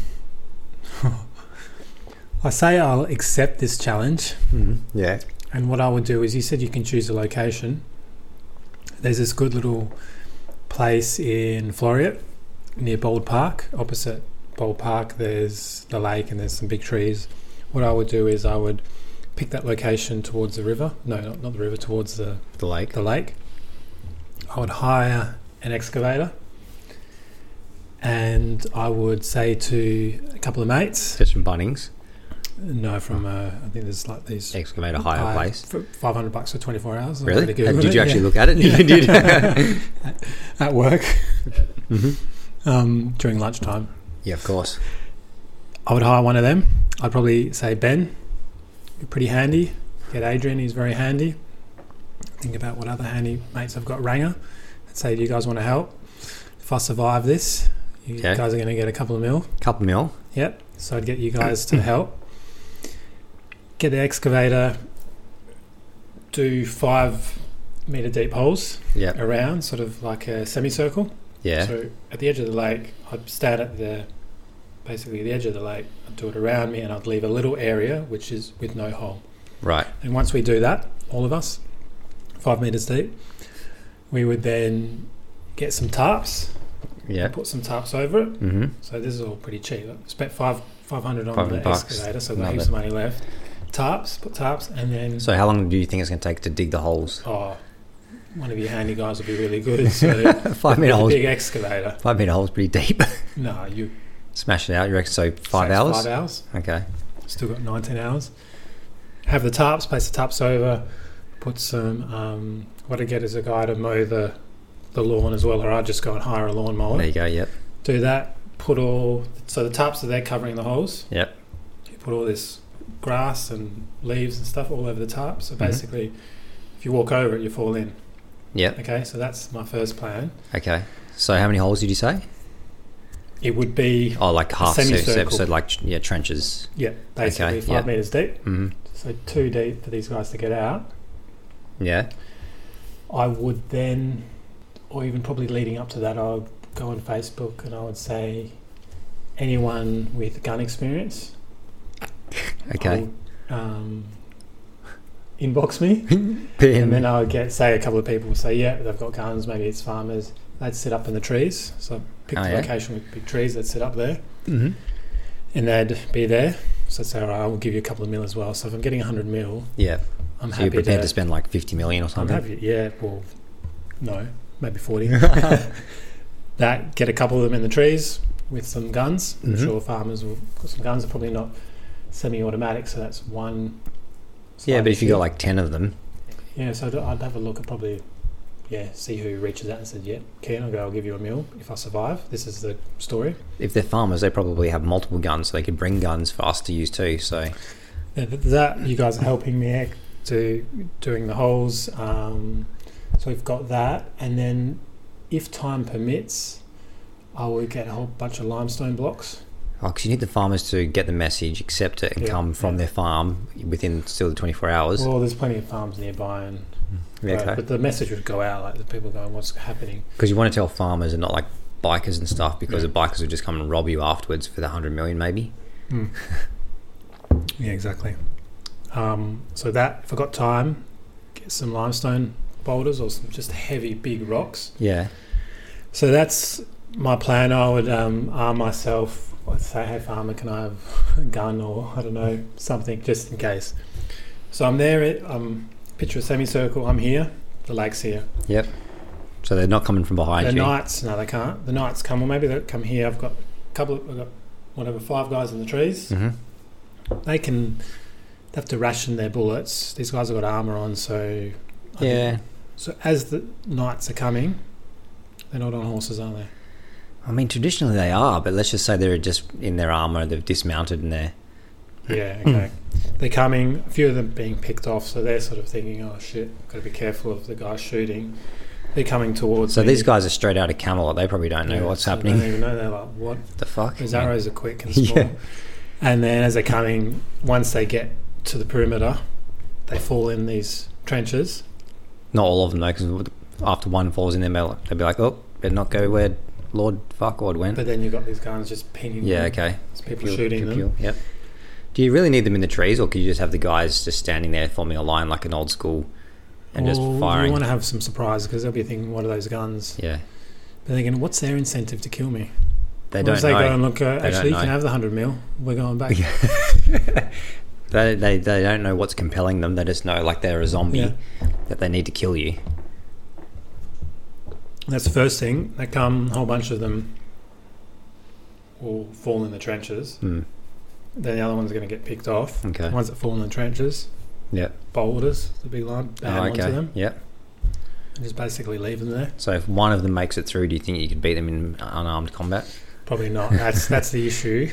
I say I'll accept this challenge, Mm-hmm. Yeah. and what I would do is you said you can choose a location. there's this good little place in Floriat near Bold Park. Opposite Bold Park, there's the lake and there's some big trees. What I would do is I would pick that location towards the river. No, not, not the river, towards the, the lake. The lake. I would hire an excavator and I would say to a couple of mates. Get some Bunnings. No, from uh, I think there's like these excavator hire uh, place. for Five hundred bucks for twenty four hours. I Really? had to Google Uh, did you actually yeah. look at it? Yeah. You did? at, at work Mhm. um, during lunchtime. Yeah, of course. I would hire one of them. I'd probably say Ben, you're pretty handy. Get Adrian, he's very handy. Think about what other handy mates I've got. Ranger, and say, do you guys want to help? If I survive this, you Okay. guys are going to get a couple of mil. Couple mil. Yep. So I'd get you guys to help. Get the excavator, do five meter deep holes Yep. around, sort of like a semicircle. Yeah. So at the edge of the lake, I'd stand at the basically the edge of the lake. I'd do it around me, and I'd leave a little area which is with no hole. Right. And once we do that, all of us, five meters deep, we would then get some tarps. Yeah. Put some tarps over it. Mhm. So this is all pretty cheap. I spent five five hundred on 500 the bucks. excavator, so there's Love heaps it. of money left. Tarps, put tarps, and then So how long do you think it's going to take to dig the holes? oh, one of your handy guys would be really good. So Five meter a holes. big excavator. Five meter holes, pretty deep. No, you Smash it out. You reckon so? Five Takes hours. Five hours. Okay. Still got 19 hours. Have the tarps, place the tarps over, put some. Um, what I get is a guy to mow the, the lawn as well, or I just go and hire a lawn mower. There you go. Yep. Do that, put all. So the tarps are there covering the holes. Yep. You put all this grass and leaves and stuff all over the tarp. So Mhm. basically, if you walk over it, you fall in. Yep. Okay, so that's my first plan. Okay. So how many holes did you say? It would be, Oh, like half. So, so, semicircle. so like yeah, trenches. yeah, basically Okay, five yeah. meters deep. hmm So too deep for these guys to get out. Yeah. I would then, or even probably leading up to that, I would go on Facebook and I would say, anyone with gun experience, Okay. I'll, um, inbox me, and then PM. I would get say a couple of people would say, yeah, they've got guns, maybe it's farmers. They'd sit up in the trees, so pick Oh, the yeah. location with big trees. They'd sit up there, hmm and they'd be there. So I'd say, all right, I will give you a couple of mil as well. So if I'm getting 100 mil, Yeah. I'm so happy you're prepared to, to spend like fifty million or I'm something. happy. Yeah, well, no, maybe 40. that, get a couple of them in the trees with some guns. I'm Mhm. sure farmers will got some guns. They're probably not semi automatic, so that's one. Yeah, but if you slightly- got like ten of them, Yeah, so I'd, I'd have a look at probably, yeah, see who reaches out and said, yeah, Ken, I'll go, I'll give you a meal if I survive. This is the story. if they're farmers, they probably have multiple guns, so they could bring guns for us to use too. So Yeah, th- that you guys are helping me out to doing the holes. Um, so we've got that, and then if time permits, I will get a whole bunch of limestone blocks. Oh, 'cause you need the farmers to get the message, accept it, and Yeah, come from yeah. their farm within still the 24 hours. Well, there's plenty of farms nearby, and but, okay. but the message would go out like the people going, "What's happening?" Because you want to tell farmers and not like bikers and stuff, because the bikers will just come and rob you afterwards for the 100 million, maybe. Yeah, exactly. Um, so that if I got time, get some limestone boulders or some just heavy big rocks. Yeah. So that's my plan. I would um, arm myself. I'd say, hey, farmer, can I have a gun or I don't know, something just in case. So I'm there. It, um, picture a semicircle. I'm here. The lake's here. Yep. So they're not coming from behind the you. knights, no, they can't. The knights come, or maybe they come here. I've got a couple of, I've got whatever, five guys in the trees. hmm They can, they have to ration their bullets. These guys have got armor on, so. I think- Yeah. So as the knights are coming, they're not on horses, are they? I mean, traditionally they are, but let's just say they're just in their armor, they've dismounted and they're. Yeah, Hmm. okay. They're coming, a few of them being picked off, so they're sort of thinking, oh shit, got to be careful of the guy shooting. They're coming towards So me. these guys are straight out of Camelot. They probably don't know Yeah, what's so happening. They don't even know. They're like, what? the fuck? His arrows are quick and Yeah. small. And then as they're coming, once they get to the perimeter, they fall in these trenches. Not all of them, though, because after one falls in their metal, they'll be like, oh, better not go where Lord Farquaad went. But then you've got these guns just pinging yeah, them. okay. There's people Pew, shooting pew, them. pew. Yep. Do you really need them in the trees, or could you just have the guys just standing there forming a line like an old school and just Well, firing. Oh, You want to have some surprise because they'll be thinking, "What are those guns?" Yeah. They're thinking, "What's their incentive to kill me?" They What don't if they know. go and look, They uh, don't actually, you can know. have the hundred mil. We're going back. They, they, they don't know what's compelling them. They just know, like, they're a zombie Yeah. that they need to kill you. That's the first thing. They come, a whole bunch of them will fall in the trenches. Mm. Then the other one's going to get picked off. Okay. The ones that fall in the trenches, Yep. boulders, the big line, bang Oh, onto them, Yep. and just basically leave them there. So if one of them makes it through, do you think you could beat them in unarmed combat? Probably not. That's that's the issue.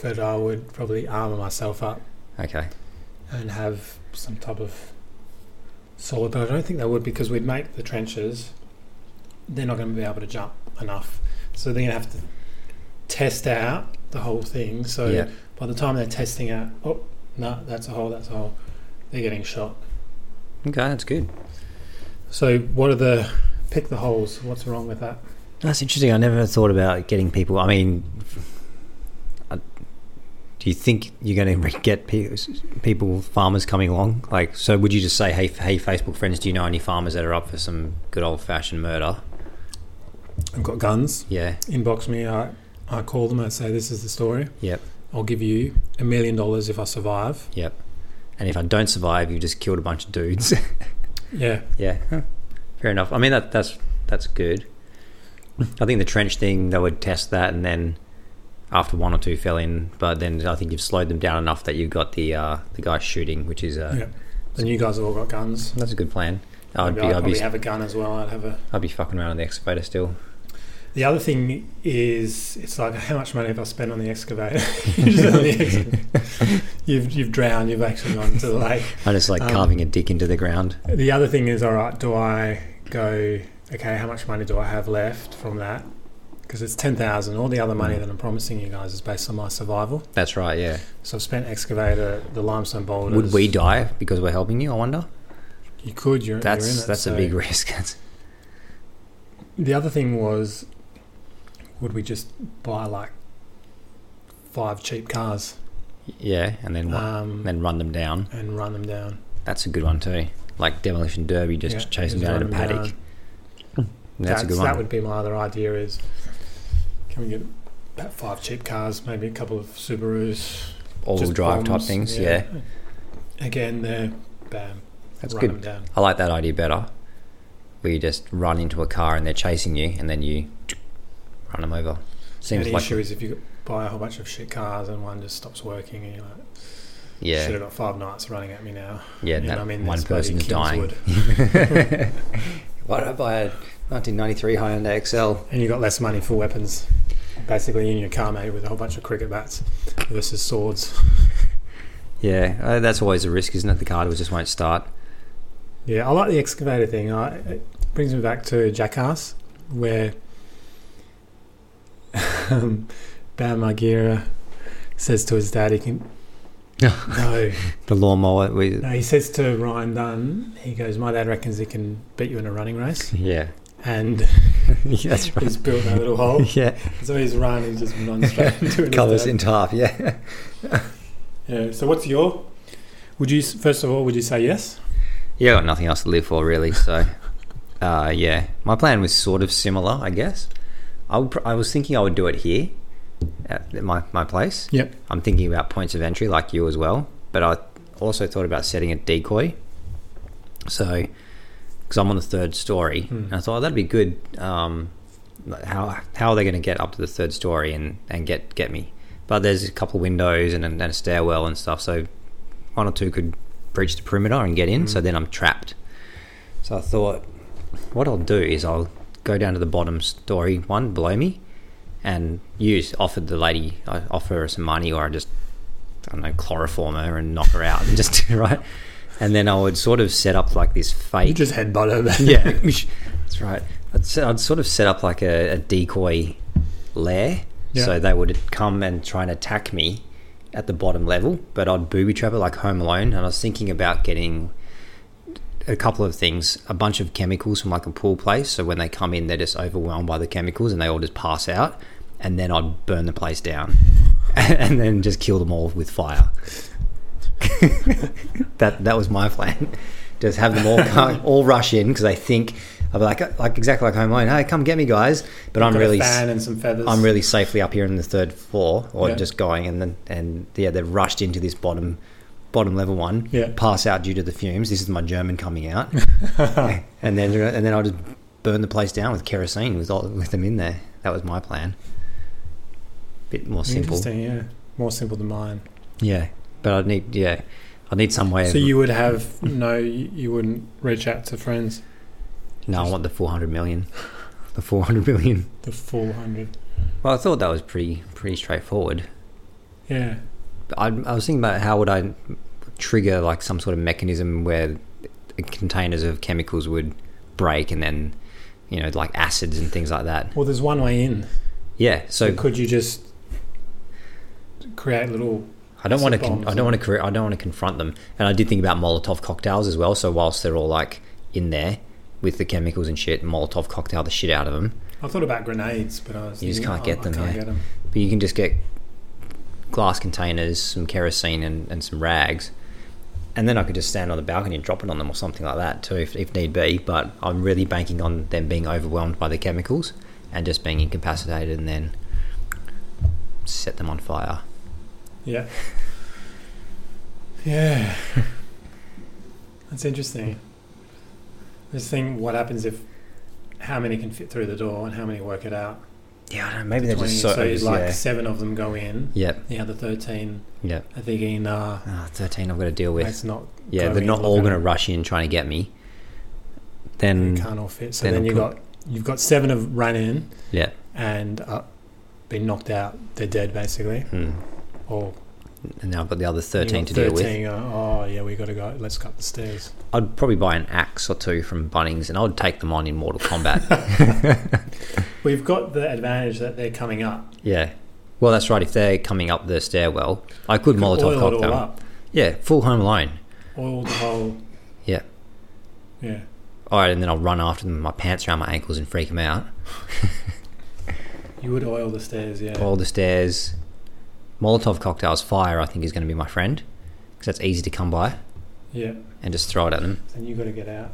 But I would probably armor myself up Okay. and have some type of solid. But I don't think they would because we'd make the trenches. They're not going to be able to jump enough, so they're going to have to test out the whole thing. So Yeah. by the time they're testing out, oh no, that's a hole, that's a hole. They're getting shot. Okay, that's good. So what are the pick the holes? What's wrong with that? That's interesting. I never thought about getting people. I mean, I, do you think you're going to get pe- people, farmers coming along? Like, so would you just say, "Hey, f- hey, Facebook friends, do you know any farmers that are up for some good old fashioned murder?" I've got guns. Yeah. Inbox me. I I call them. I say this is the story. Yep. I'll give you a million dollars if I survive. Yep. And if I don't survive, you just killed a bunch of dudes. Yeah. yeah. huh. Fair enough. I mean, that that's that's good. I think the trench thing they would test that, and then after one or two fell in, but then I think you've slowed them down enough that you've got the uh, the guy shooting, which is uh, Yeah. Then you guys have all got guns. That's a good plan. I'd Maybe be, I'd I'd probably be, have a gun as well. I'd have a. I'd be fucking around on the excavator still. The other thing is, it's like how much money have I spent on the excavator? Just on the excavator. you've you've drowned. You've actually gone to the lake. I just like Um, carving a dick into the ground. The other thing is, all right, do I go? Okay, how much money do I have left from that? Because it's ten thousand. All the other Mm. money that I'm promising you guys is based on my survival. That's right, yeah. So I've spent excavator, the limestone boulders. Would we die because we're helping you? I wonder. You could. You're, That's you're in it, that's so- a big risk. That's, The other thing was, would we just buy like five cheap cars yeah, and then what? um, then run them down. and run them down? That's a good one too. Like demolition derby, just Yeah, chase them just down in run a them paddock. down. That's, a good That one. would be my other idea. Is can we get about five cheap cars, maybe a couple of Subarus, All-wheel just drive type bombs, things. Yeah, Again, they're bam. that's run good. Them down. I like that idea better. Where you just run into a car and they're chasing you, and then you run them over. Seems the like issue is if you buy a whole bunch of shit cars and one just stops working and you're like, yeah, should have got five nights running at me now. Yeah, You know that what I mean? one That's bloody person's dying. Why did I buy a 1993 Hyundai XL? And you got less money for weapons. Basically, in your car, mate, with a whole bunch of cricket bats versus swords. Yeah, uh, that's always a risk, isn't it? The car was- just won't start. Yeah, I like the excavator thing. I, it brings me back to Jackass, where um, Bam Margera says to his dad, he can. no, The lawnmower. We, no, he says to Ryan Dunn, he goes, My dad reckons he can beat you in a running race. yeah, And Yeah, that's he's right. built a little hole. Yeah, So he's run, he's just run straight into it. covers in half. Yeah, Yeah. Uh, So what's your? Would you first of all would you say yes? yeah. I got nothing else to live for, really. So, uh, yeah, my plan was sort of similar, I guess. I, would, pr- I was thinking I would do it here, at my my place. Yep. I'm thinking about points of entry like you as well, but I also thought about setting a decoy. So, because I'm on the third story, and I thought "Oh, that'd be good. Um, like, how how are they going to get up to the third story and, and get get me? But there's a couple of windows and, and a stairwell and stuff, so one or two could breach the perimeter and get in. So then I'm trapped. So I thought, what I'll do is I'll go down to the bottom story one below me, and use offered the lady I offer her some money or I just I don't know chloroform her and knock her out and just right and then I would sort of set up like this fake headbutt her. yeah that's right I'd, set, I'd sort of set up like a, a decoy lair Yeah. so they would come and try and attack me at the bottom level but I'd booby trap it like Home Alone and I was thinking about getting a couple of things a bunch of chemicals from like a pool place so when they come in they're just overwhelmed by the chemicals and they all just pass out and then i'd burn the place down and then just kill them all with fire that that was my plan Just have them all come, all rush in because they think I'll be like like exactly like Home Alone. Hey, come get me, guys! But You've I'm got a really fan and some feathers. I'm really safely up here in the third floor, or Yeah. just going, and then and yeah, they're rushed into this bottom bottom level one. Yeah. pass out due to the fumes. This is my German coming out, and then and then I'll just burn the place down with kerosene with all, with them in there. That was my plan. Bit more simple. Interesting, yeah. More simple than mine. Yeah, but I'd need yeah, I need some way. So of, you would have no, you you wouldn't reach out to friends. no, I want the four hundred million, the four hundred million. The four hundred. Well, I thought that was pretty pretty straightforward. Yeah. I, I was thinking about how would I trigger like some sort of mechanism where the containers of chemicals would break and then you know like acids and things like that. Well, there's one way in. Yeah, so could you just create little? I don't want to. acid Con- bombs I don't want to. Cre- I don't want to confront them. And I did think about Molotov cocktails as well. So whilst they're all like in there with the chemicals and shit, Molotov cocktail the shit out of them. I thought about grenades, but I was You just can't thinking, get oh, them. I can't yeah. get 'em. But you can just get glass containers, some kerosene, and, and some rags. And then I could just stand on the balcony and drop it on them or something like that too, if, if need be. But I'm really banking on them being overwhelmed by the chemicals and just being incapacitated and then set them on fire. Yeah. Yeah. That's interesting. This thing, what happens if how many can fit through the door and how many work it out? Yeah, I don't know, maybe they're just so- like yeah. seven of them go in. Yep. The other thirteen Yep. are thinking, nah, Ah, 13 I've got to deal with. Let's not yeah, go they're in not like all that. going to rush in trying to get me. Then can't all fit. So then then, I'll you put- got you've got seven of run in. Yeah. And uh, been knocked out. They're dead basically. Hmm. Or and now I've got the other 13 you've to got deal with. 13 go, oh yeah, we got to go. Let's go up the stairs. I'd probably buy an axe or two from Bunnings and I would take them on in Mortal Kombat. We've got the advantage that they're coming up. yeah. Well, that's right. If they're coming up the stairwell, I could Could Molotov oil it all cocktail. up. Yeah, full Home Alone. Oil the whole. Yeah. Yeah. All right, and then I'll run after them, with my pants around my ankles, and freak them out. You would oil the stairs, yeah. All the stairs. Molotov cocktails, fire, I think, is going to be my friend because that's easy to come by Yeah. and just throw it at them. And you got to get out.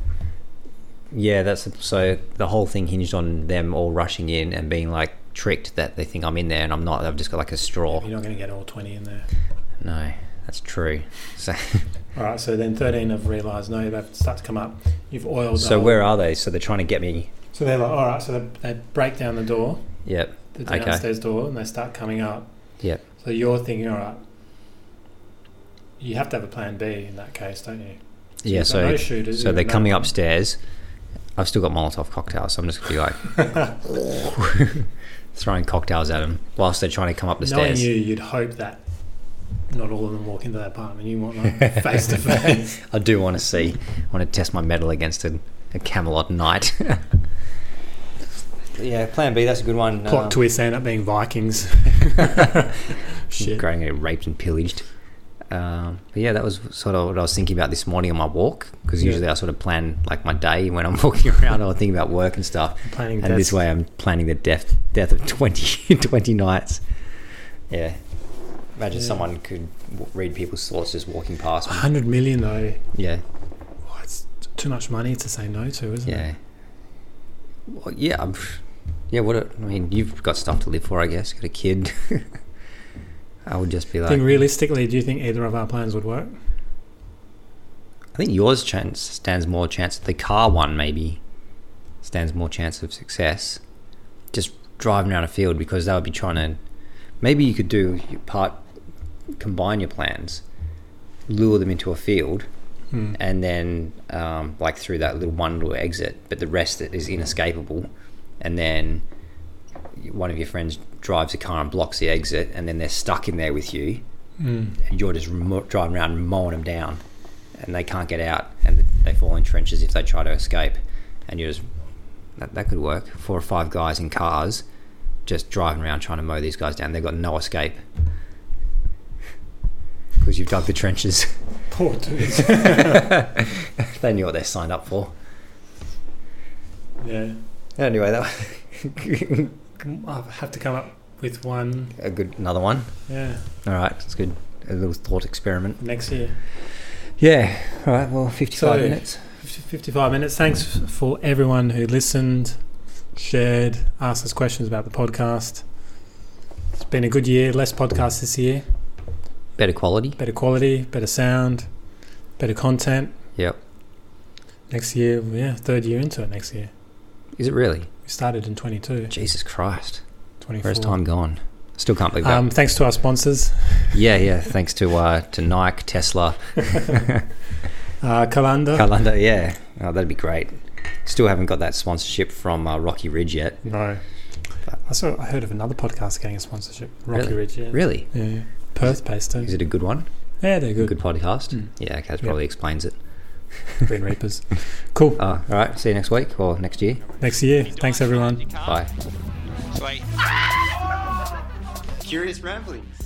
Yeah, that's so the whole thing hinged on them all rushing in and being like tricked that they think I'm in there and I'm not. I've just got like a straw. You're not going to get all 20 in there. No, that's true. So, All right, so then 13 have realised, no, they've start to come up. You've oiled the so whole- where are they? So they're trying to get me. So they're like, all right, so they, they break down the door, Yep. the Okay. downstairs door, and they start coming up. Yep. So you're thinking, all right, you have to have a plan B in that case, don't you? yeah. you've got So no shooters, so you've they're got no coming one. upstairs. I've still got Molotov cocktails, so I'm just gonna be like throwing cocktails at them whilst they're trying to come up the Knowing stairs. you, you'd hope that not all of them walk into that apartment. You want like face to face. I do want to see. I want to test my metal against a, a Camelot knight. yeah, Plan B. That's a good one. Plot Um, twist, they end up being Vikings. Shit. Going to get raped and pillaged. Um, but yeah, that was sort of what I was thinking about this morning on my walk because Yeah. usually I sort of plan like my day when I'm walking around. I'll think about work and stuff. Planning and death. this way I'm planning the death death of 20, 20 nights. Yeah. Imagine Yeah. someone could w- read people's thoughts just walking past. me. 100 million, though. Yeah. Oh, it's too much money to say no to, isn't Yeah. it? Well, yeah. I'm, yeah. What? a- I mean, you've got stuff to live for, I guess. Got a kid. I would just be I like, think realistically, do you think either of our plans would work? I think yours chance stands more chance. The car one maybe stands more chance of success. Just driving around a field because they would be trying to. Maybe you could do your part, combine your plans, lure them into a field, Hmm. and then um, like through that little one little exit. But the rest is inescapable, and then one of your friends drives a car and blocks the exit, and then they're stuck in there with you and you're just mo- driving around and mowing them down, and they can't get out, and they fall in trenches if they try to escape, and you're just that, that could work. Four or five guys in cars, just driving around trying to mow these guys down. They've got no escape because you've dug the trenches. Poor dudes. they knew what they signed up for. Yeah. Anyway, that I'll have to come up with one. a good another one. Yeah. All right, it's good. A little thought experiment. Next year. Yeah. All right. Well, 55 So, minutes. 50, 55 minutes. Thanks f- for everyone who listened, shared, asked us questions about the podcast. It's been a good year. Less podcasts this year. Better quality. Better quality, better sound, better content. Yep. Next year, yeah, third year into it next year. Is it really? We started in 22, Jesus Christ. 24. Where's time gone? Still can't believe that. Um, thanks to our sponsors, yeah, yeah. Thanks to uh, to Nike, Tesla, uh, Kalanda. Calanda. Yeah, oh, that'd be great. Still haven't got that sponsorship from uh, Rocky Ridge yet. no. I saw. I heard of another podcast getting a sponsorship. Rocky Really? Ridge. Yeah. Really? Yeah. yeah. Perth based. Is Yeah, it a good one? they're A good. Hmm. good podcast? Yeah, okay, that probably explains it. Green Reapers. Cool. Uh, all right, see you next week or next year. Next year. Thanks everyone. Bye. Curious ramblings.